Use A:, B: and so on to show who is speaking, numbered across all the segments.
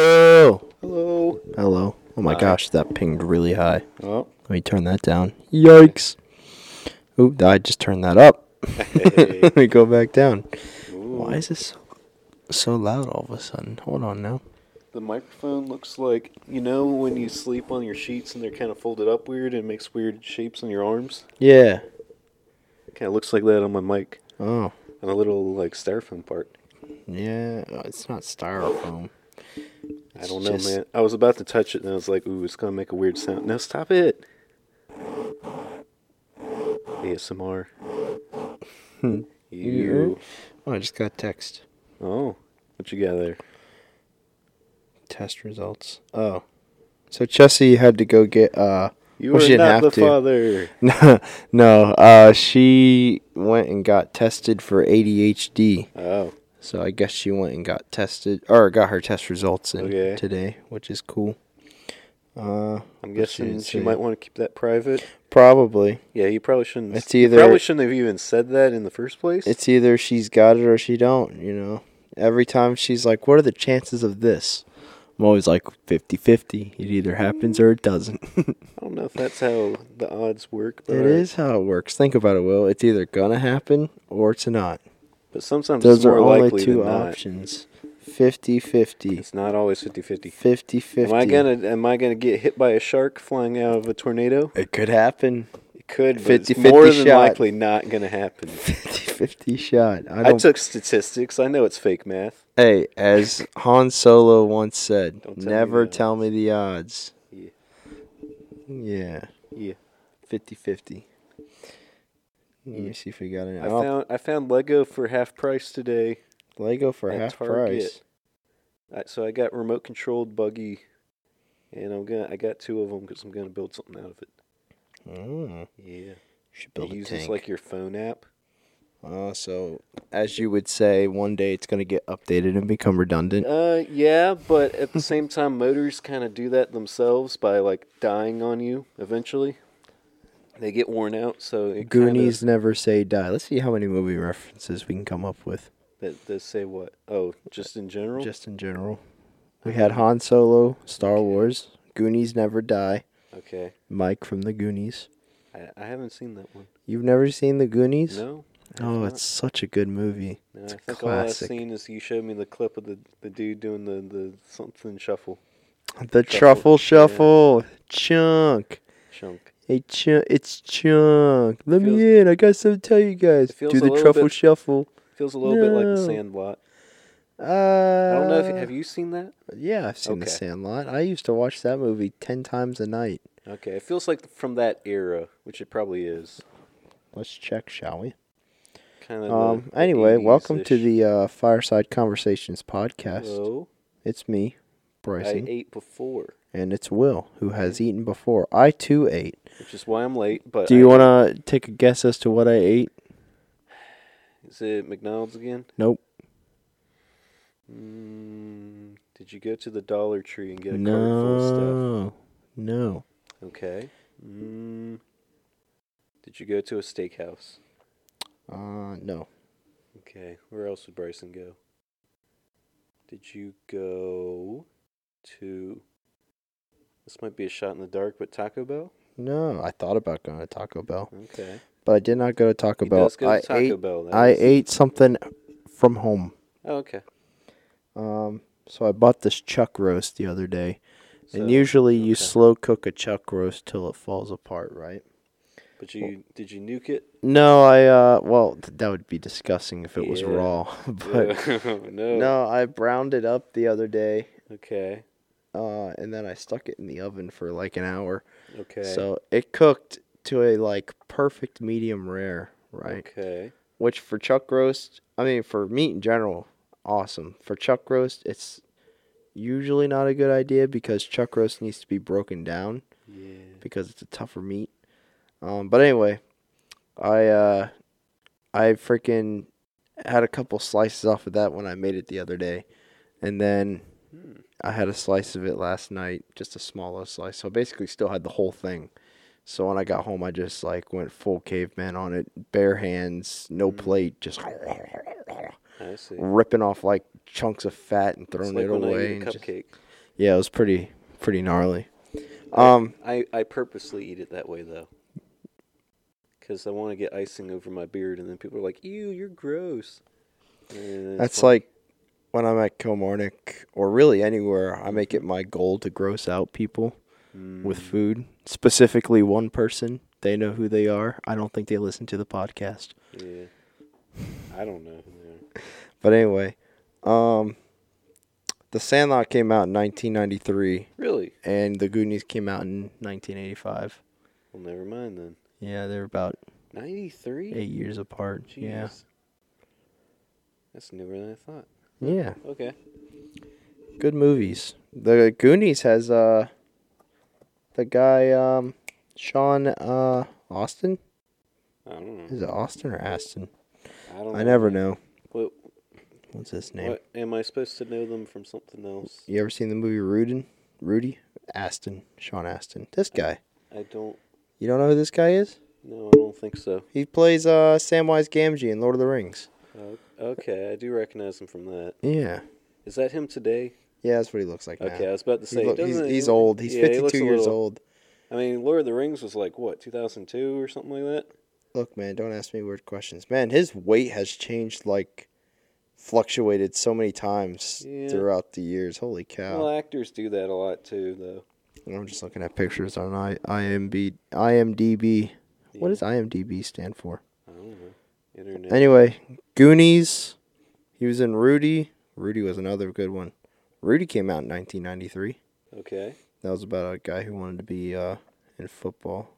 A: Whoa!
B: Hello.
A: Hello. Oh my gosh, that pinged really high.
B: Oh,
A: Let me turn that down. Yikes. Oop, I just turned that up.
B: hey.
A: Let me go back down.
B: Ooh,
A: Why is this so, so loud all of a sudden? Hold on now.
B: the microphone looks like you know when you sleep on your sheets and they're kind of folded up weird and it makes weird shapes on your arms.
A: Yeah.
B: Kind of looks like that on my mic,
A: Oh.
B: on a little like styrofoam part.
A: Yeah. uh, It's not styrofoam.
B: I
A: It's
B: don't know,
A: just-
B: man. I was about to touch it and I was like, ooh, it's gonna make a weird sound. Now stop it. ASMR. you.
A: Oh, I just got text.
B: Oh, what you got there?
A: Test results. Oh. So Chessie had to go get uh
B: You
A: Well, she
B: are
A: didn't have
B: not the
A: to.
B: father.
A: no, no. Uh, she went and got tested for ADHD.
B: Oh,
A: So I guess she went and got tested or got her test results in
B: Okay.
A: today, which is cool. Uh,
B: I'm
A: What she
B: guessing
A: didn't
B: she
A: say.
B: might want to keep that private.
A: probably.
B: Yeah, you probably shouldn't.
A: It's
B: you
A: either-
B: probably shouldn't have even said that in the first place.
A: It's either she's got it or she don't, you know. Every time she's like, "What are the chances of this?" I'm always like 50-50. It either happens or it doesn't.
B: I don't know if that's how the odds work. But
A: It is how it works. Think about it, Will. It's either gonna happen or it's not.
B: But sometimes it's
A: Those
B: more
A: are only
B: likely
A: two
B: than not.
A: options. 50-50.
B: It's not always 50-50.
A: 50-50.
B: Am I gonna am I gonna get hit by a shark flying out of a tornado?
A: It could happen.
B: It could, but it's
A: 50-50
B: more than
A: shot.
B: likely not gonna happen.
A: 50-50 shot. I
B: I
A: don't.
B: took statistics. I know it's fake math.
A: hey, as Han Solo once said,
B: Don't tell me
A: "Never
B: the
A: tell me the odds."
B: Yeah.
A: Yeah.
B: Yeah.
A: 50-50. Let me see if we got any.
B: I
A: I don't-
B: found I found Lego for half price today,
A: Lego for
B: at
A: half
B: Target.
A: price.
B: I, so I got remote controlled buggy, and I'm gonna I got two of them because I'm gonna build something out of it.
A: Mm.
B: Yeah,
A: Should build
B: it
A: a
B: uses
A: tank.
B: like your phone app.
A: Uh, so, as you would say, one day it's going to get updated and become redundant.
B: Uh, yeah, but at the same time, motors kind of do that themselves by like dying on you eventually. They get worn out, so it
A: Goonies never say die. Let's see how many movie references we can come up with,
B: Kinda, that they say what? Oh, just in general.
A: just in general. We had Han Solo, Star Wars, Goonies never die,
B: okay.
A: Mike from the Goonies.
B: I, I haven't seen that one.
A: You've never seen the Goonies?
B: No. I have
A: Oh,
B: not.
A: it's such a good movie.
B: No,
A: it's
B: I
A: a
B: think
A: classic.
B: all I've seen is you showed me the clip of the, the dude doing the, the something shuffle
A: The Truffle
B: Truffle, yeah.
A: Shuffle, Chunk.
B: chunk.
A: Hey, chunk, it's Chunk. Let
B: feels-
A: me in. I got something to tell you guys.
B: It feels
A: Do
B: a
A: the
B: little
A: Truffle
B: bit-
A: Shuffle.
B: Feels a little bit like the
A: No.
B: Sandlot.
A: Uh,
B: I don't know if have you seen that.
A: Yeah, I've seen The
B: Okay.
A: Sandlot. I used to watch that movie ten times a night.
B: Okay, it feels like from that era, which it probably is.
A: Let's check, shall we?
B: Kind of.
A: Um. Anyway, welcome to the uh, Fireside Conversations podcast.
B: Hello.
A: It's me,
B: I
A: Bryson,
B: ate before,
A: and it's Will, who has eaten before. I too ate.
B: which is why I'm late. But
A: Do
B: I-
A: you want to take a guess as to what I ate?
B: Is it McDonald's again?
A: Nope.
B: Mm, did you go to the Dollar Tree and get a cart full of
A: No. No.
B: stuff? Okay. Mm, did you go to a steakhouse?
A: Uh, no.
B: Okay. Where else would Bryson go? Did you go to? This might be a shot in the dark, but Taco Bell.
A: No. I thought about going to Taco Bell,
B: Okay.
A: but I did not go to Taco
B: He
A: Bell.
B: does go to
A: I
B: Taco
A: ate.
B: Bell. that
A: I
B: is-
A: ate something from home.
B: Oh, okay.
A: Um, so I bought this chuck roast the other day,
B: So-
A: and usually you
B: okay.
A: slow cook a chuck roast till it falls apart, right?
B: But you did you nuke it?
A: No, I uh, well, th- that would be disgusting if it was
B: Yeah.
A: raw, but
B: Oh, no.
A: no, I browned it up the other day,
B: Okay.
A: uh, and then I stuck it in the oven for like an hour,
B: Okay.
A: so it cooked to a like perfect medium rare, right?
B: Okay.
A: Which for chuck roast, I mean for meat in general, awesome. For chuck roast, it's usually not a good idea because chuck roast needs to be broken down
B: Yeah.
A: because it's a tougher meat. Um, but anyway, I uh, I freaking had a couple slices off of that when I made it the other day, and then
B: Hmm.
A: I had a slice of it last night, just a smaller slice. So I basically still had the whole thing. So when I got home, I just like went full caveman
B: Mm.
A: on it, bare hands, no plate, just
B: I see.
A: ripping off like chunks of fat and
B: It's
A: thrown
B: like
A: it
B: when I
A: away.
B: eat a
A: and just-
B: cupcake.
A: yeah, it was pretty pretty gnarly. Um,
B: I, I purposely eat it that way though. Because I want to get icing over my beard, and then people are like, "Ew, you're gross." And it's
A: That's like when I'm at Kilmarnock or really anywhere, I make it my goal to gross out people with food, specifically one person. They know who they are. I don't think they listen to the podcast.
B: yeah. I don't know. who they are.
A: But anyway, um, The Sandlot came out in 1993
B: Really?
A: and The Goonies came out in 1985.
B: Well, never mind then.
A: Yeah, they're about
B: Ninety-three.
A: eight years apart. Yeah.
B: Jeez. That's newer than I thought.
A: Yeah.
B: Okay.
A: Good movies. The Goonies has uh the guy um Sean uh Austin?
B: I don't know.
A: Is it Austin or Aston?
B: I don't.
A: I
B: know.
A: never know.
B: What,
A: What's his name?
B: what am I supposed to know them from something else?
A: You ever seen the movie Rudin? Rudy? Aston. Sean Aston. This guy.
B: I don't.
A: You don't know who this guy is?
B: No, I don't think so.
A: He plays uh Samwise Gamgee in Lord of the Rings.
B: Oh, okay, I do recognize him from that.
A: Yeah.
B: Is that him today?
A: Yeah, that's what he looks like
B: Okay,
A: now.
B: I was about to
A: He
B: say
A: look- he's,
B: doesn't-
A: he's old. He's
B: yeah, he
A: 52
B: looks a
A: years
B: little-
A: old.
B: I mean, Lord of the Rings was like what 2002 or something like that.
A: Look, man, don't ask me weird questions. Man, his weight has changed like fluctuated so many times
B: Yeah.
A: throughout the years. Holy cow.
B: Well, actors do that a lot too, though.
A: I'm just looking at pictures on I, IMB, IMDb. What
B: Yeah.
A: does IMDb stand for?
B: I don't know. Internet.
A: Anyway, Goonies. He was in Rudy. Rudy was another good one. Rudy came out in 1993.
B: okay.
A: That was about a guy who wanted to be uh, in football,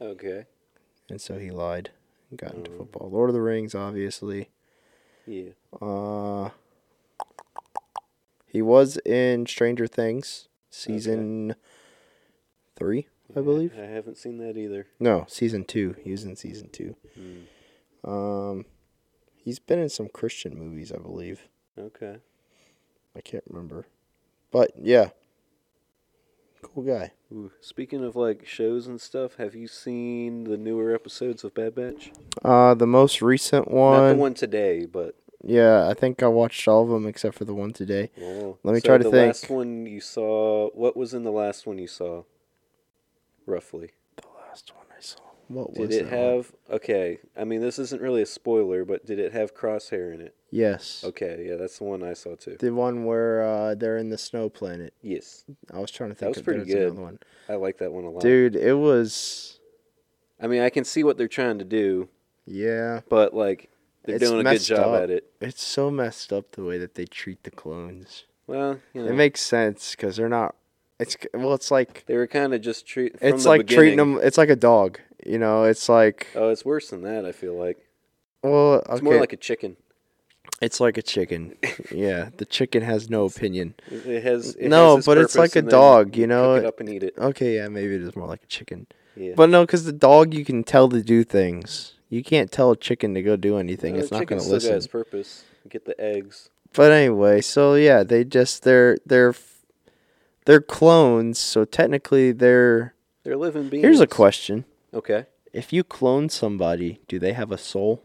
B: Okay.
A: and so he lied and got into
B: Oh.
A: football. Lord of the Rings, obviously.
B: Yeah.
A: Uh, he was in Stranger Things season three, I believe.
B: I haven't seen that either.
A: No, season two. He was in season two. Um, he's been in some Christian movies, I believe.
B: Okay.
A: I can't remember. But yeah. Cool guy.
B: Ooh, Speaking of like shows and stuff, have you seen the newer episodes of Bad Batch?
A: Uh the most recent
B: Not the
A: one,
B: one today, but
A: Yeah, I think I watched all of them except for the one today.
B: Wow.
A: Let me
B: Oh. So
A: try to
B: the
A: think.
B: last one you saw. What was in the last one you saw? Roughly.
A: The last one I saw. What
B: Did
A: was
B: it
A: that one?
B: have okay? I mean, this isn't really a spoiler, but did it have crosshair in it?
A: Yes.
B: Okay, yeah, that's the one I saw too.
A: The one where uh they're in the snow planet.
B: Yes,
A: I was trying to think
B: was
A: of
B: pretty
A: there's another
B: good.
A: one.
B: I like that one a lot.
A: Dude, it was
B: I mean, I can see what they're trying to do,
A: yeah.
B: but like they're
A: It's
B: doing a good
A: messed
B: job
A: up.
B: at it.
A: It's so messed up the way that they treat the clones.
B: Well, you know,
A: It makes sense because they're not. It's well, it's like
B: they were kind of just treat. From
A: it's
B: the
A: like treating
B: beginning-
A: them. It's like a dog. You know, it's like
B: Oh, it's worse than that. I feel like
A: well,
B: Oh, it's
A: okay.
B: more like a chicken.
A: It's like a chicken. yeah, the chicken has no opinion.
B: It it has it
A: no,
B: has
A: but
B: purpose,
A: it's like a
B: and then
A: dog. You
B: Cook it
A: know.
B: up and eat it.
A: Okay, yeah, maybe it is more like a chicken.
B: Yeah.
A: But no, because the dog you can tell to do things. You can't tell a chicken to go do anything.
B: Uh,
A: it's not
B: chicken
A: going to
B: still got
A: listen.
B: its purpose. Get the eggs.
A: But anyway, so yeah, they just they're they're f- they're clones. So technically, they're
B: They're living beings.
A: here's a question.
B: Okay.
A: If you clone somebody, do they have a soul?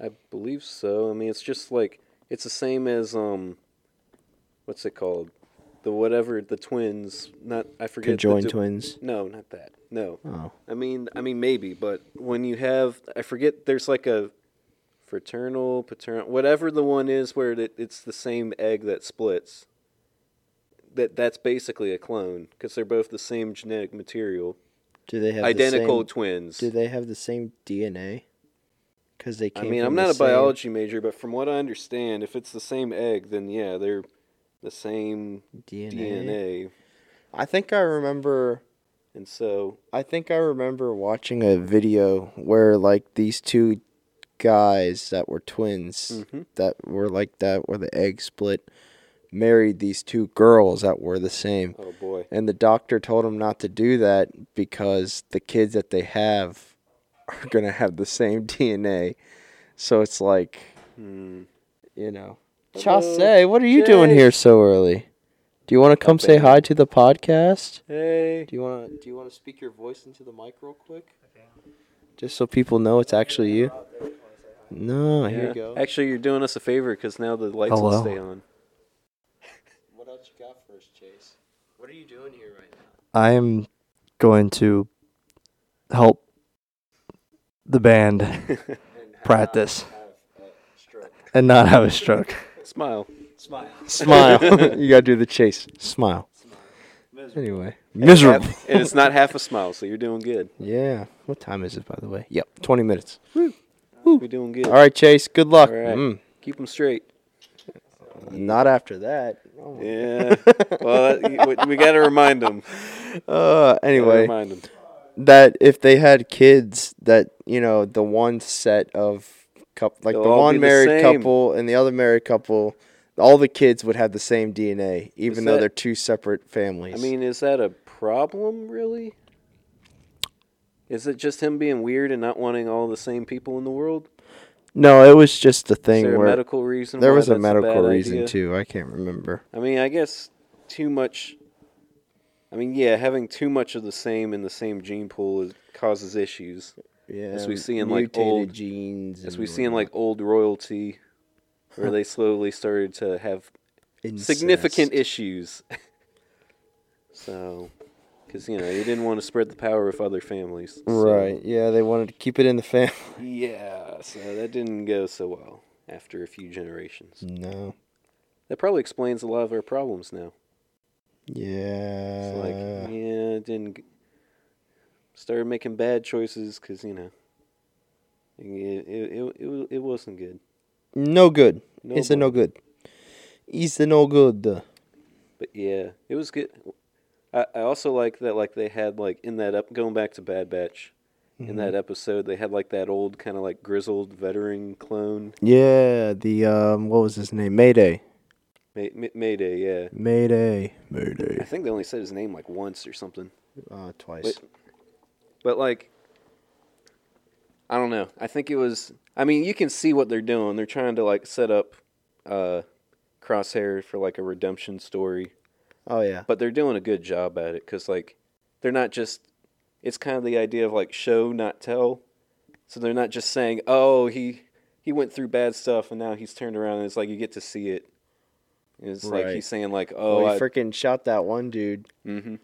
B: I believe so. I mean, it's just like it's the same as um, what's it called? The whatever the twins. Not I forget. the
A: Conjoined
B: du-
A: twins.
B: No, not that. No.
A: Oh.
B: I mean, I mean maybe, but when you have, I forget. There's like a fraternal, paternal, whatever the one is where it, it's the same egg that splits. That that's basically a clone because they're both the same genetic material,
A: Do they have
B: identical
A: The
B: twins.
A: same, do they have the same DNA? Because they.
B: I
A: Came
B: mean,
A: from
B: I'm
A: the
B: not a
A: same-
B: biology major, but from what I understand, if it's the same egg, then yeah, they're the same
A: DNA.
B: DNA.
A: I think I remember.
B: And so,
A: I think I remember watching a video where like these two guys that were twins
B: Mhm.
A: that were like that where the egg split married these two girls that were the same
B: oh boy.
A: and the doctor told them not to do that because the kids that they have are going to have the same DNA so it's like
B: Hmm.
A: you know
B: Hello,
A: Chase what are you doing
B: Chase.
A: here so early do you want to come say
B: in.
A: hi to the podcast
B: Hey.
A: do you want to do you want to speak your voice into the mic real quick? Just so people know it's actually you. No, here
B: Yeah.
A: you go.
B: Actually, you're doing us a favor because now the lights will
C: Hello.
B: stay on.
A: What else you got for us, Chase? What are you doing here right now?
C: I'm going to help the band practice and not have a stroke.
B: Smile.
A: Smile. Smile. you gotta do the chase. Smile. Anyway, miserable.
B: and it's not half a smile, so you're doing good.
A: yeah. What time is it, by the way? Yep, 20 minutes.
B: We're doing good.
A: All right, Chase. Good luck.
B: All right.
A: Mm,
B: Keep them straight.
A: not after that. Oh, my-
B: Yeah. well, that, we, we got to remind them.
A: Uh, anyway.
B: Remind them.
A: that if they had kids that you know the one set of couple like
B: They'll
A: the
B: all
A: one
B: be the
A: married
B: same.
A: couple and the other married couple all the kids would have the same dna even
B: Is
A: though
B: that-
A: they're two separate families
B: I mean, is that a problem, really? Is it just him being weird and not wanting all the same people in the world?
A: no it was just a
B: Is
A: thing
B: there a
A: where
B: medical reason?
A: there
B: why
A: was a
B: that's
A: medical
B: bad
A: reason
B: idea?
A: too i can't remember
B: I mean, I guess too much. I mean, yeah, having too much of the same in the same gene pool is, causes issues,
A: yeah
B: As we see in, like,
A: mutated
B: old-
A: genes
B: as
A: and
B: we see in like
A: whatnot.
B: old royalty, where they slowly started to have
A: Incest.
B: significant issues. so, because you know, you didn't want to spread the power of other families, so-
A: right yeah they wanted to keep it in the family
B: Yeah, so that didn't go so well after a few generations.
A: no
B: That probably explains a lot of our problems now.
A: yeah
B: It's like,
A: Uh.
B: yeah, it didn't. g- Started making bad choices because you know, it it it, it, wa- it wasn't good.
A: no good
B: No
A: it's a no
B: bueno.
A: good it's a no good
B: But yeah, it was good. I, I also like that like they had like in that up going back to Bad Batch, in that episode they had like that old kind of like grizzled veteran clone
A: Yeah, the um, what was his name? Mayday.
B: May, May, Mayday. Yeah,
A: Mayday.
B: I
A: Mayday.
B: think they only said his name like once or something.
A: Uh, twice.
B: Wait. But like, I don't know. I think it was. I mean, you can see what they're doing. They're trying to like set up uh, Crosshair for like a redemption story,
A: Oh yeah.
B: but they're doing a good job at it because like they're not just. It's kind of the idea of like show not tell, so they're not just saying, "Oh, he he went through bad stuff and now he's turned around." and It's like you get to see it. And it's like
A: Right.
B: he's saying like,
A: Oh,
B: "Oh,
A: he
B: I,
A: freaking shot that one dude.
B: mhm.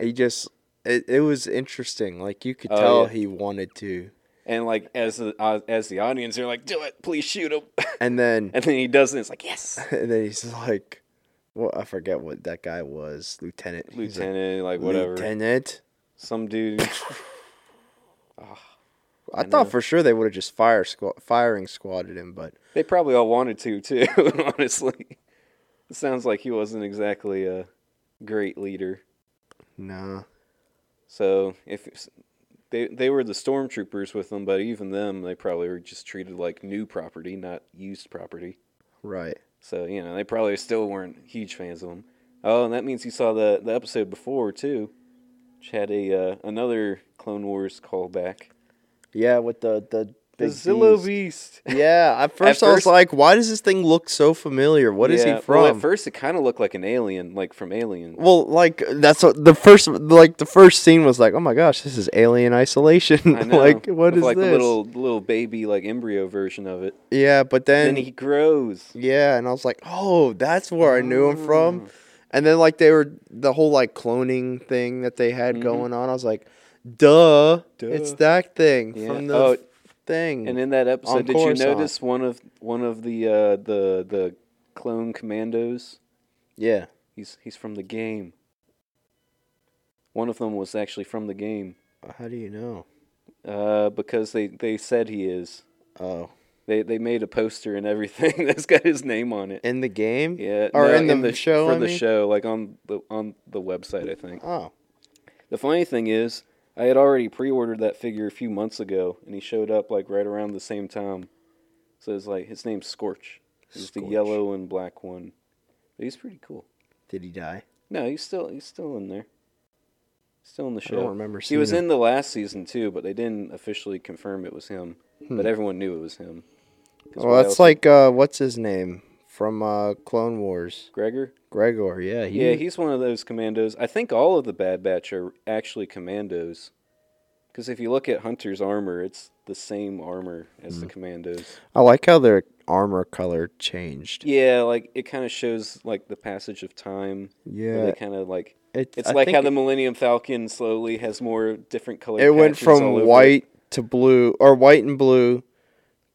A: He just it, it was interesting. Like you could
B: Oh,
A: tell
B: yeah.
A: he wanted to.
B: and like as the uh, as the audience, they're like, "Do it, please shoot him."
A: And then
B: And then he does it. It's like, yes.
A: and then he's like well, I forget what that guy was, Lieutenant. He's like,
B: Lieutenant, like whatever.
A: Lieutenant.
B: Some dude.
A: I, thought for sure they would have just fire squ- firing squatted him, but
B: they probably all wanted to too. honestly, it sounds like he wasn't exactly a great leader.
A: no.
B: So if it's- they they were the stormtroopers with him, but even them, they probably were just treated like new property, not used property.
A: Right.
B: So you know, they probably still weren't huge fans of him. Oh, and that means you saw the the episode before too, which had a uh, another Clone Wars callback.
A: Yeah, with the the
B: The
A: big
B: Zillo
A: bees.
B: Beast.
A: Yeah, at first I was
B: first-
A: like, why does this thing look so familiar? What is he from?
B: Well, at first, it kind of looked like an alien, like from Alien.
A: Well, like that's what the first like the first scene was like, oh my gosh, this is alien isolation.
B: I know.
A: like what
B: With,
A: is
B: like
A: this?
B: the little little baby like embryo version of it?
A: Yeah, but then,
B: And then he grows.
A: yeah, and I was like, oh, that's where I knew him
B: Mm.
A: from. And then like they were the whole like cloning thing that they
B: Mm-hmm.
A: had going on. I was like, duh, it's
B: Duh.
A: that thing
B: Yeah.
A: from the
B: Oh,
A: f- thing.
B: And in that episode,
A: On
B: did you
A: Coruscant.
B: notice one of one of the uh, the the clone commandos?
A: yeah,
B: He's he's from the game. One of them was actually from the game
A: how do you know?
B: uh, because they, they said he is.
A: Oh,
B: They they made a poster and everything that's got his name on it.
A: in the game?
B: Yeah,
A: or
B: no,
A: in, the, show?
B: for
A: I
B: the
A: mean?
B: show, like on the on the website, I think.
A: Oh,
B: The funny thing is, I had already pre-ordered that figure a few months ago, and he showed up like right around the same time. So it's like his name's Scorch. He's the
A: Scorch.
B: yellow and black one. But he's pretty cool.
A: did he die?
B: No, he's still he's still in there. Still in the
A: I
B: show.
A: don't remember
B: He
A: seeing
B: was
A: him.
B: in the last season too, but they didn't officially confirm it was him. But everyone knew it was him. 'Cause
A: Hmm. Well,
B: what
A: that's
B: else-
A: like uh, what's his name from uh, Clone Wars?
B: Gregor.
A: Gregor, yeah, he,
B: Yeah, he's one of those commandos. I think all of the Bad Batch are actually commandos. Because if you look at Hunter's armor, it's the same armor as
A: Mm.
B: the Commandos.
A: I like how their armor color changed.
B: Yeah, like it kind of shows like the passage of time. where
A: Yeah.
B: they kind of like
A: It,
B: it's
A: I
B: like
A: think
B: how the Millennium Falcon slowly has more different color.
A: it went
B: patches all over
A: from
B: it.
A: white to blue or white and blue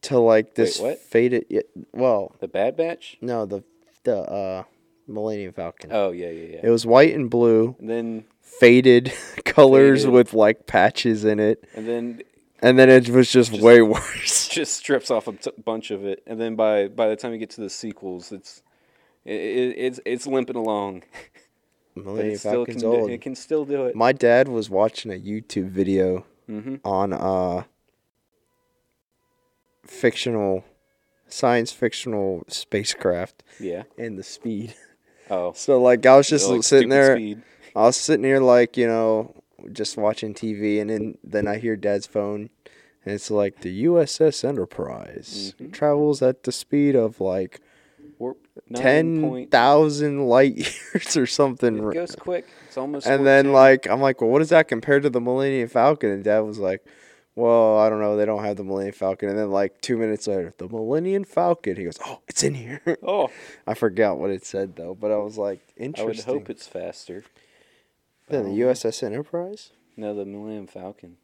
A: to like this
B: what?
A: faded. yeah, Well,
B: The Bad Batch.
A: no, the the uh, Millennium Falcon.
B: Oh yeah, yeah, yeah.
A: It was white and blue,
B: and then
A: faded colors
B: Faded.
A: with like patches in it,
B: and then
A: and then it was just, way worse.
B: just strips off a t- bunch of it, and then by by the time you get to the sequels, it's it, it, it's it's limping along. But
A: Millennium
B: it still can
A: Falcon's
B: do,
A: old.
B: it can still do it.
A: My dad was watching a YouTube video
B: hmm
A: on uh fictional science fictional spacecraft
B: Yeah.
A: and the speed.
B: Oh.
A: So like I was just
B: Like
A: sitting
B: stupid
A: there
B: speed.
A: I was sitting here like, you know, just watching TV and then then I hear dad's phone and it's like the USS Enterprise
B: Mm-hmm.
A: travels at the speed of like
B: Warp nine
A: ten
B: point.
A: thousand light years or something.
B: It goes quick. It's almost.
A: and then like I'm like, well, what does that compare to the Millennium Falcon? And Dad was like, well, I don't know, they don't have the Millennium Falcon. And then like two minutes later, the Millennium Falcon. He goes, oh, it's in here.
B: 14. Oh,
A: I forgot what it said though, but I was like,
B: I would
A: interesting. Uh,
B: hope it's faster.
A: Then the USS Enterprise.
B: No, the Millennium Falcon.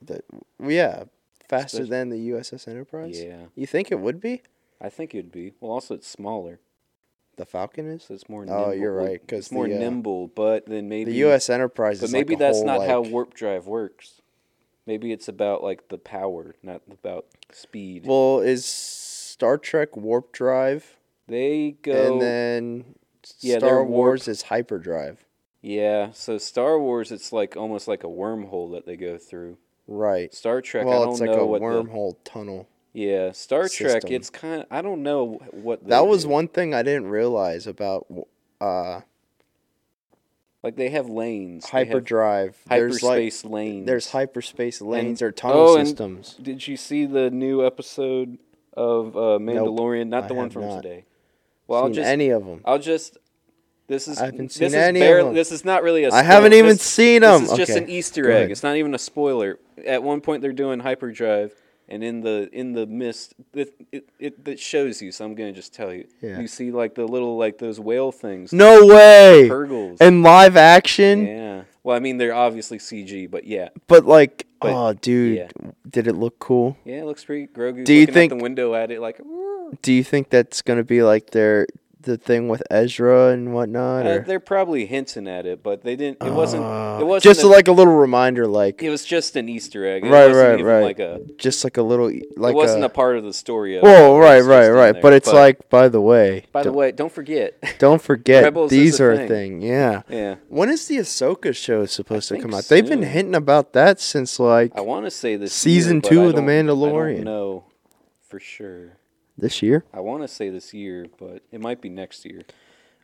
A: The, well, yeah, faster
B: Especially-
A: than the USS Enterprise.
B: Yeah.
A: You think it would be?
B: I think it'd be. Well, also it's smaller,
A: The Falcon is.
B: so it's
A: Oh,
B: more. nimble.
A: you're
B: Well,
A: right, 'cause
B: it's more
A: the, uh,
B: nimble, but then maybe
A: The U.S. Enterprise
B: But
A: is
B: maybe
A: like a
B: that's
A: whole,
B: not how
A: like-
B: warp drive works. Maybe it's about like the power, not about speed.
A: Well, is Star Trek warp drive,
B: they go.
A: and then
B: Yeah, their
A: Star
B: warp-
A: Wars is hyperdrive.
B: yeah, so Star Wars, it's like almost like a wormhole that they go through.
A: Right.
B: Star Trek, I
A: well,
B: don't
A: it's like a
B: know what the
A: wormhole tunnel.
B: yeah Star Trek.
A: system.
B: It's kind of I don't know wh- what
A: That
B: they
A: was
B: do.
A: one thing I didn't realize about uh,
B: like they have lanes, They have
A: hyperdrive. there's like
B: hyperspace lanes.
A: there's hyperspace lanes or tunnel
B: oh, and-
A: systems.
B: Did you see the new episode of uh, Mandalorian? Not the
A: I
B: one
A: have
B: from
A: not
B: today. Well, I'll
A: Seen
B: just
A: any of them?
B: I'll just. This is
A: I haven't
B: this
A: seen
B: is
A: any of
B: barely,
A: them.
B: This is not really a.
A: I haven't
B: spoil-
A: even
B: this-
A: seen them.
B: This is just
A: Okay,
B: an Easter
A: go
B: egg.
A: ahead.
B: It's not even a spoiler. At one point, they're doing hyperdrive, and in the in the mist, it it, it, it shows you. So I'm gonna just tell you.
A: Yeah.
B: You see, like the little like those whale things.
A: No way!
B: Purgles.
A: In live action,
B: Yeah. Well, I mean, they're obviously CG, but yeah,
A: but like,
B: But-
A: oh, dude,
B: yeah.
A: did it look cool?
B: yeah, it looks pretty. Grogu.
A: Do you
B: looking out
A: think-
B: the window at it like? "Woo."
A: Do you think that's gonna be like their the thing with Ezra and whatnot?
B: Uh,
A: Or?
B: they're probably hinting at it, but they didn't. It wasn't.
A: Uh,
B: It wasn't.
A: just
B: a-
A: like a little reminder, like
B: it was just an Easter egg. It
A: Right,
B: wasn't
A: right,
B: even
A: right.
B: Like a.
A: just like a little e- like
B: it wasn't a,
A: a,
B: part of the story. Of
A: Whoa,
B: it, it
A: right,
B: was
A: right,
B: just in
A: right.
B: there.
A: But it's
B: But
A: like, by the way,
B: By the
A: don't,
B: way, don't forget.
A: don't forget
B: Rebels is
A: these
B: a
A: are a
B: thing.
A: thing. Yeah.
B: yeah,
A: When is the Ahsoka show supposed to
B: think
A: come out? They've been
B: soon.
A: hinting about that since like
B: I want to say this.
A: Season
B: year, but
A: two
B: I
A: of The
B: don't- I don't
A: Mandalorian.
B: know for sure.
A: this year.
B: I want to say this year, but it might be next year.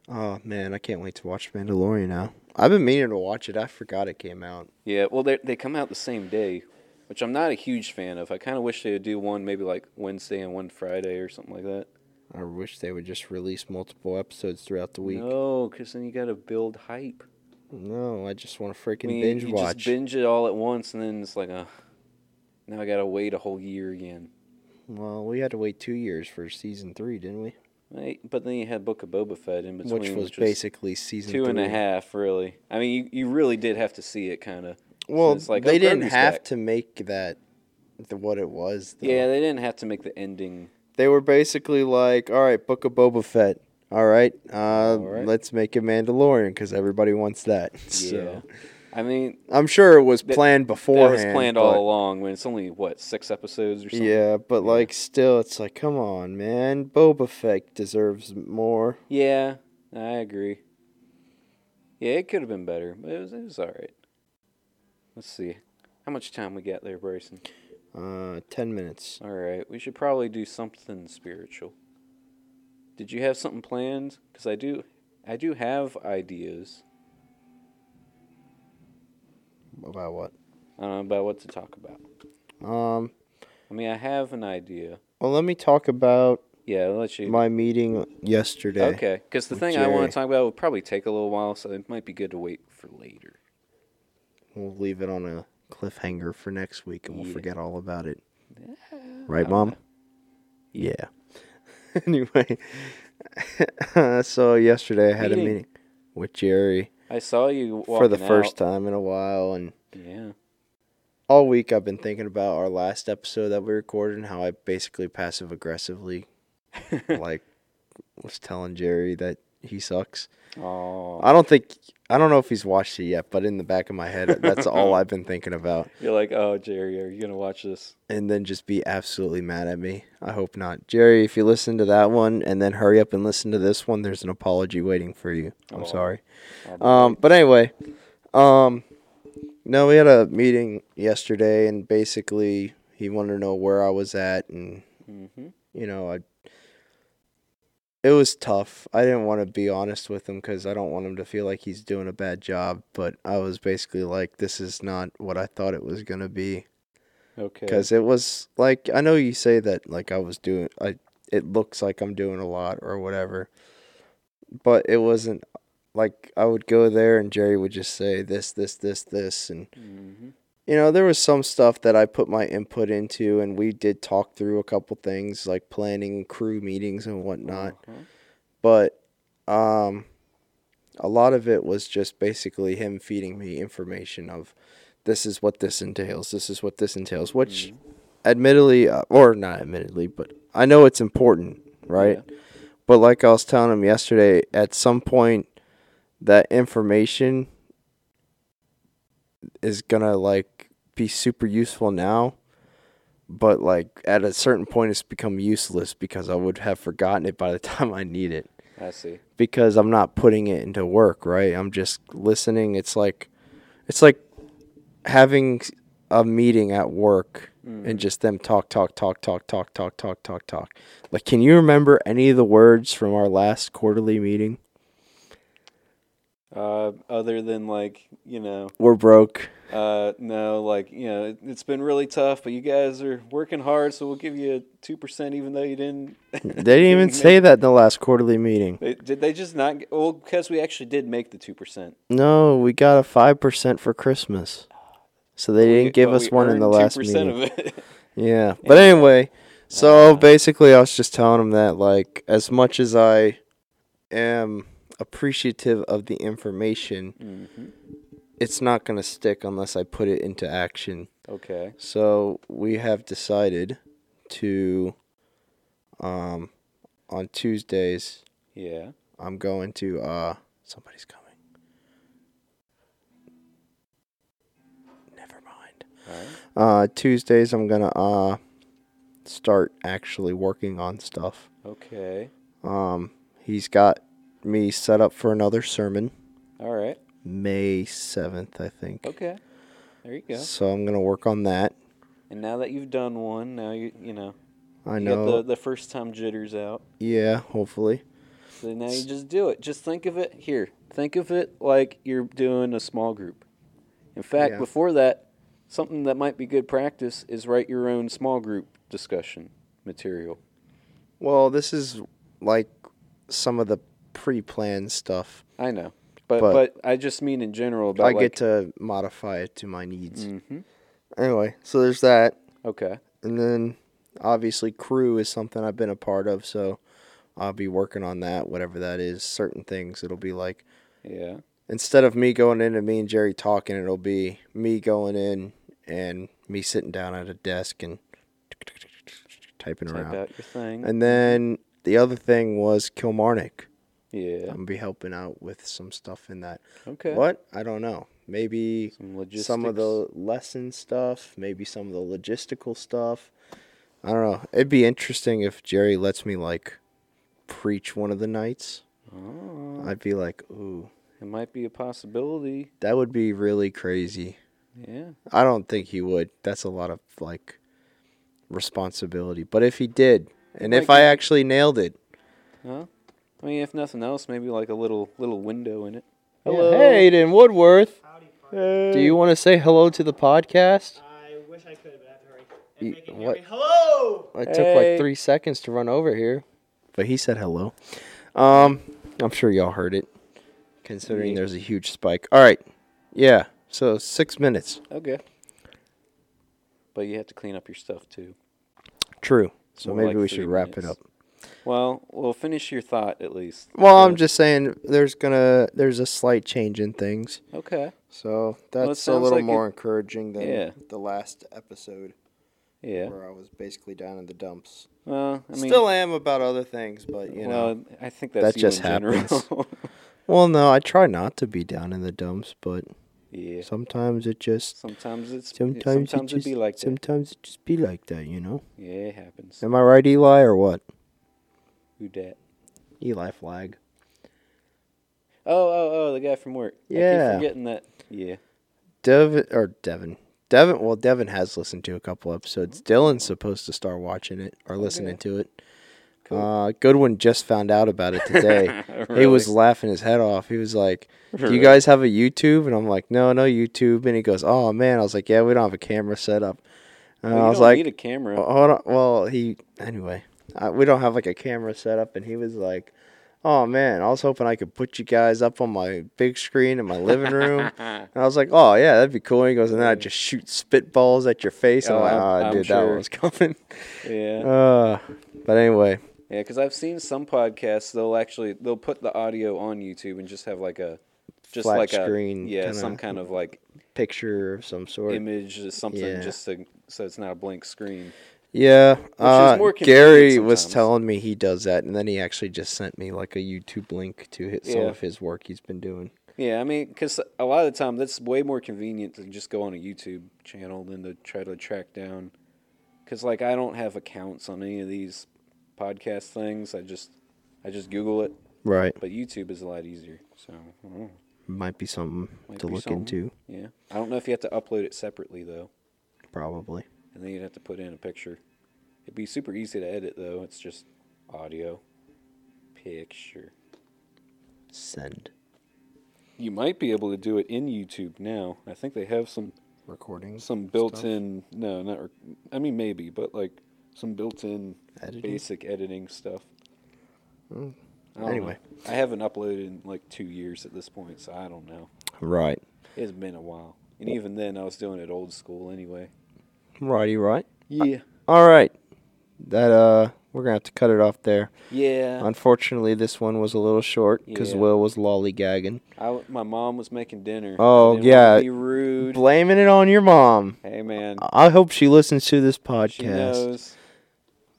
A: Oh man, I can't wait to watch Mandalorian now. I've been meaning to watch it. I forgot it came out.
B: Yeah. Well, they they come out the same day, which I'm not a huge fan of. I kind of wish they would do one maybe like Wednesday and one Friday or something like that.
A: I wish they would just release multiple episodes throughout the week. No,
B: No, because then you got to build hype.
A: I just want to freaking
B: I mean,
A: binge
B: you
A: watch.
B: just binge it all at once, and then it's like, uh, now I gotta wait a whole year again.
A: well, we had to wait two years for season three, didn't we?
B: Right? But then you had Book of Boba Fett in between,
A: Which was basically season
B: two and a half,
A: three.
B: really. I mean, you, you really did have to see it, kind of.
A: Well,
B: it's like,
A: they
B: oh,
A: didn't
B: Grogu's
A: have
B: back.
A: to make that the, what it was. Though.
B: Yeah, they didn't have to make the ending.
A: they were basically like, all right, Book of Boba Fett. All right, uh,
B: right.
A: let's make a Mandalorian because everybody wants that.
B: Yeah,
A: So
B: I mean,
A: I'm sure it was
B: That-
A: planned
B: that
A: beforehand.
B: was planned
A: but-
B: all along. When it's only what six episodes or something.
A: Yeah, but like still, it's like, come on, man. Boba Fett deserves more.
B: Yeah, I agree. Yeah, it could have been better, but it was it was all right. Let's see, how much time we got there, Bryson.
A: Uh, ten minutes.
B: All right, we should probably do something spiritual. Did you have something planned? Because I do, I do have ideas
A: About what?
B: uh, about what to talk about.
A: Um.
B: I mean, I have an idea.
A: Well, let me talk about
B: Yeah, I'll let you.
A: my meeting yesterday.
B: Okay, because the
A: With
B: thing I want
A: Jerry.
B: to talk about will probably take a little while, so it might be good to wait for later.
A: We'll leave it on a cliffhanger for next week and we'll
B: Yeah. uh,
A: forget all about it. Right, Mom? Yeah. anyway, so yesterday I had
B: Meeting.
A: a meeting with Jerry
B: I saw you walking
A: for the first
B: out.
A: time in a while and
B: Yeah.
A: all week I've been thinking about our last episode that we recorded and how I basically passive aggressively like was telling Jerry that he sucks.
B: Oh,
A: I don't think I don't know if he's watched it yet, but in the back of my head that's all I've been thinking about.
B: you're like, oh, Jerry, are you gonna watch this?
A: And then just be absolutely mad at me. I hope not. Jerry, if you listen to that one and then hurry up and listen to this one, there's an apology waiting for you. I'm
B: Oh.
A: sorry.
B: I'll be
A: Um, but anyway, um, no, we had a meeting yesterday, and basically he wanted to know where I was at, and
B: Mhm.
A: you know, I. It was tough. I didn't want to be honest with him because I don't want him to feel like he's doing a bad job. But I was basically like, "This is not what I thought it was gonna be,"
B: Okay.
A: because it was like I know you say that like I was doing. I it looks like I'm doing a lot or whatever, but it wasn't. Like I would go there and Jerry would just say this, this, this, this, and
B: Mhm.
A: you know, there was some stuff that I put my input into, and we did talk through a couple things like planning crew meetings and whatnot.
B: Uh-huh.
A: But um, a lot of it was just basically him feeding me information of this is what this entails, this is what this entails, which admittedly, uh, or not admittedly, but I know it's important, right? But like I was telling him yesterday, at some point, that information is gonna like be super useful now, but like at a certain point, it's become useless because I would have forgotten it by the time I need it
B: I see.
A: because I'm not putting it into work, right? I'm just listening. It's like it's like having a meeting at work and just them talk talk talk talk talk talk talk talk talk. Like can you remember any of the words from our last quarterly meeting?
B: Uh, other than like you know,
A: We're broke.
B: uh, no, like you know, it, it's been really tough, but you guys are working hard, so we'll give you two percent, even though you didn't.
A: They didn't even say that in the last quarterly meeting.
B: They, did they just not? Get, well, because we actually did make the two percent.
A: No, we got a 5% for Christmas. So they didn't give us one in the last meeting.
B: Of it.
A: Yeah. But anyway, so basically I was just telling him that like as much as I am appreciative of the information, it's not going to stick unless I put it into action.
B: okay.
A: So we have decided to um on Tuesdays
B: Yeah.
A: I'm going to uh somebody's coming. Never mind.
B: All right.
A: Uh, Tuesdays I'm gonna uh start actually working on stuff.
B: Okay.
A: Um, he's got me set up for another sermon
B: All right.
A: May seventh, I think.
B: Okay. There you go.
A: So I'm gonna work on that.
B: And now that you've done one, now you you know
A: I
B: you
A: know.
B: got the the first time jitters out.
A: yeah, hopefully.
B: So now you just do it. Just think of it here. Think of it like you're doing a small group. In fact,
A: Yeah.
B: before that, something that might be good practice is write your own small group discussion material.
A: Well, this is like some of the pre-planned stuff.
B: I know, but but,
A: But-
B: I just mean in general about
A: I
B: like,
A: get to modify it to my needs.
B: Mhm.
A: Anyway, so there's that.
B: Okay.
A: And then obviously crew is something I've been a part of, so I'll be working on that, whatever that is. Certain things it'll be like
B: Yeah.
A: instead of me going in and me and Jerry talking, it'll be me going in and me sitting down at a desk and typing
B: Type
A: around.
B: out your thing.
A: And then the other thing was Kilmarnock.
B: yeah.
A: I'm gonna be helping out with some stuff in that.
B: Okay.
A: What? I don't know. Maybe
B: Some logistics.
A: some of the lesson stuff, maybe some of the logistical stuff. I don't know. It'd be interesting if Jerry lets me like preach one of the nights.
B: Oh,
A: I'd be like, ooh,
B: it might be a possibility.
A: that would be really crazy.
B: Yeah.
A: I don't think he would. That's a lot of like responsibility. But if he did, and if
B: might
A: I actually nailed it,
B: Huh? I mean, if nothing else, maybe like a little little window in it.
A: hello, Hayden Woodworth.
D: Howdy, Park.
A: Do you want to say hello to the podcast?
D: I wish I could, but I have to hurry.
A: You-
D: And make it hear
A: what?
D: me. Hello!
A: It took
B: Hey.
A: like three seconds to run over here, but he said hello. Um, I'm sure y'all heard it, considering
B: Me.
A: there's a huge spike. All right, yeah. So six minutes.
B: Okay. but you have to clean up your stuff too.
A: True. So
B: More
A: maybe
B: like
A: we
B: three
A: should wrap it up.
B: minutes. Well, well, finish your thought at least.
A: Well, I'm
B: But-
A: just saying there's gonna there's a slight change in things.
B: okay.
A: So
B: it
A: that's a
B: sounds
A: little
B: like
A: more
B: it-
A: encouraging than
B: Yeah.
A: the last episode
B: Yeah.
A: where I was basically down in the dumps.
B: Well, I mean,
A: Still am about other things, but you know.
B: well, I think that's
A: that
B: you
A: just
B: in general.
A: happens. Well, no, I try not to be down in the dumps, but
B: yeah.
A: sometimes it just
B: Sometimes it's
A: sometimes,
B: sometimes,
A: it just
B: it be like that.
A: sometimes it just be like that, you know.
B: Yeah, it happens.
A: Am I right, Eli, or what?
B: Who dat?
A: Eli Flag.
B: Oh, oh, oh, the guy from work. I
A: Yeah.
B: keep forgetting that. Yeah.
A: Devin or Devin. Devin. Well, Devin has listened to a couple episodes.
B: Mm-hmm.
A: Dylan's supposed to start watching it
B: Oh,
A: or listening to it. Uh, Goodwin just found out about it today. He was laughing his head off. He was like, "Do you guys have a YouTube?" And I'm like, "No, no YouTube." And he goes, "Oh man," I was like, "Yeah, we don't have a camera set up." And
B: Well, you
A: I was
B: don't
A: like, "Oh."
B: need a camera.
A: Well, hold on. Well, he anyway. I, we don't have like a camera set up, and he was like, "Oh man, I was hoping I could put you guys up on my big screen in my living room." and I was like, "Oh yeah, that'd be cool." And he goes, "And then I just shoot spitballs at your face."
B: Oh,
A: I'm like,
B: I'm-
A: "Ah,
B: I'm
A: dude, that
B: sure."
A: was coming."
B: yeah.
A: uh, but anyway,
B: Yeah, because I've seen some podcasts. They'll actually they'll put the audio on YouTube and just have like a just
A: Flat
B: like
A: screen
B: a yeah
A: kinda-
B: some kind of like
A: picture of some sort.
B: image or something
A: Yeah.
B: just so, so it's not a blank screen.
A: yeah. Uh,
B: more convenient
A: Gary was
B: sometimes.
A: telling me he does that, and then he actually just sent me like a YouTube link to hit some
B: Yeah.
A: of his work he's been doing.
B: Yeah, I mean, because a lot of the time that's way more convenient to just go on a YouTube channel than to try to track down. Because like I don't have accounts on any of these podcast things. I just I just Google it.
A: Right,
B: But YouTube is a lot easier. So I don't know.
A: might be something
B: Might
A: to
B: be
A: look
B: something.
A: into,
B: yeah, I don't know if you have to upload it separately though.
A: probably.
B: and then you'd have to put in a picture. It'd be super easy to edit though. It's just audio, picture.
A: Send.
B: You might be able to do it in YouTube now. I think they have some
A: recordings.
B: some built-in. No, not. Rec- I mean, maybe, but like some built-in
A: Editing? Hmm.
B: basic editing stuff. I don't know.
A: Anyway.
B: I haven't uploaded in like two years at this point, so I don't know.
A: Right.
B: It's been a while, and even then, I was doing it old school anyway.
A: Righty right.
B: Yeah.
A: All right. That uh we're gonna have to cut it off there.
B: Yeah.
A: Unfortunately this one was a little short because
B: Yeah.
A: Will was lollygagging.
B: I w my mom was making dinner. I
A: Oh,
B: didn't wanna
A: yeah.
B: Be rude.
A: Blaming it on your mom.
B: Hey man,
A: I hope she listens to this
B: she
A: podcast.
B: knows.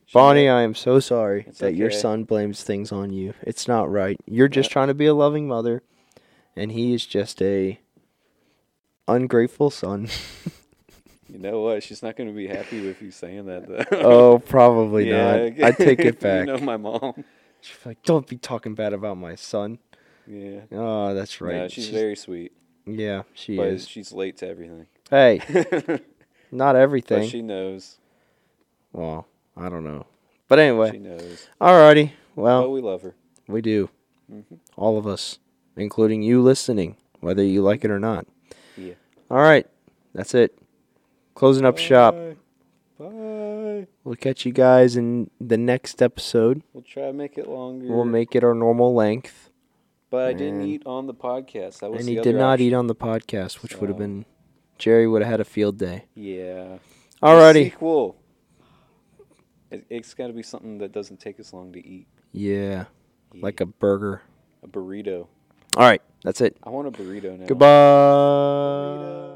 B: She
A: Bonnie,
B: knows.
A: I am so sorry
B: It's
A: that your
B: okay.
A: son blames things on you. It's not right. You're just trying to be a loving mother and he is just a ungrateful son.
B: you know what? She's not going to be happy with you saying that though.
A: oh, probably not. I take it
B: you
A: back.
B: know my mom.
A: She's like, "Don't be talking bad about my son."
B: Yeah.
A: Oh, that's right.
B: Right. she's, very sweet,
A: Yeah, she
B: but
A: is.
B: she's late to everything.
A: Hey, not
B: but
A: everything.
B: she knows.
A: well, I don't know. But anyway,
B: She knows.
A: alrighty.
B: Oh, Mm-hmm.
A: Well,
B: we love her.
A: we do. All of us, including you listening, whether you like it or not.
B: Yeah.
A: All right, that's it. Closing up shop.
B: Uh. Bye.
A: We'll catch you guys in the next episode.
B: We'll try to make it longer.
A: We'll make it our normal length.
B: But I didn't
A: Man.
B: eat on the podcast. That was
A: And
B: the
A: he
B: other
A: did not
B: option.
A: eat on the podcast, which would have
B: So-
A: been Jerry would have had a field day.
B: Yeah.
A: Alrighty.
B: Sequel. It, it's got to be something that doesn't take us long to eat.
A: Yeah, like a burger.
B: A burrito.
A: All right, that's it.
B: I want a burrito now.
A: Goodbye.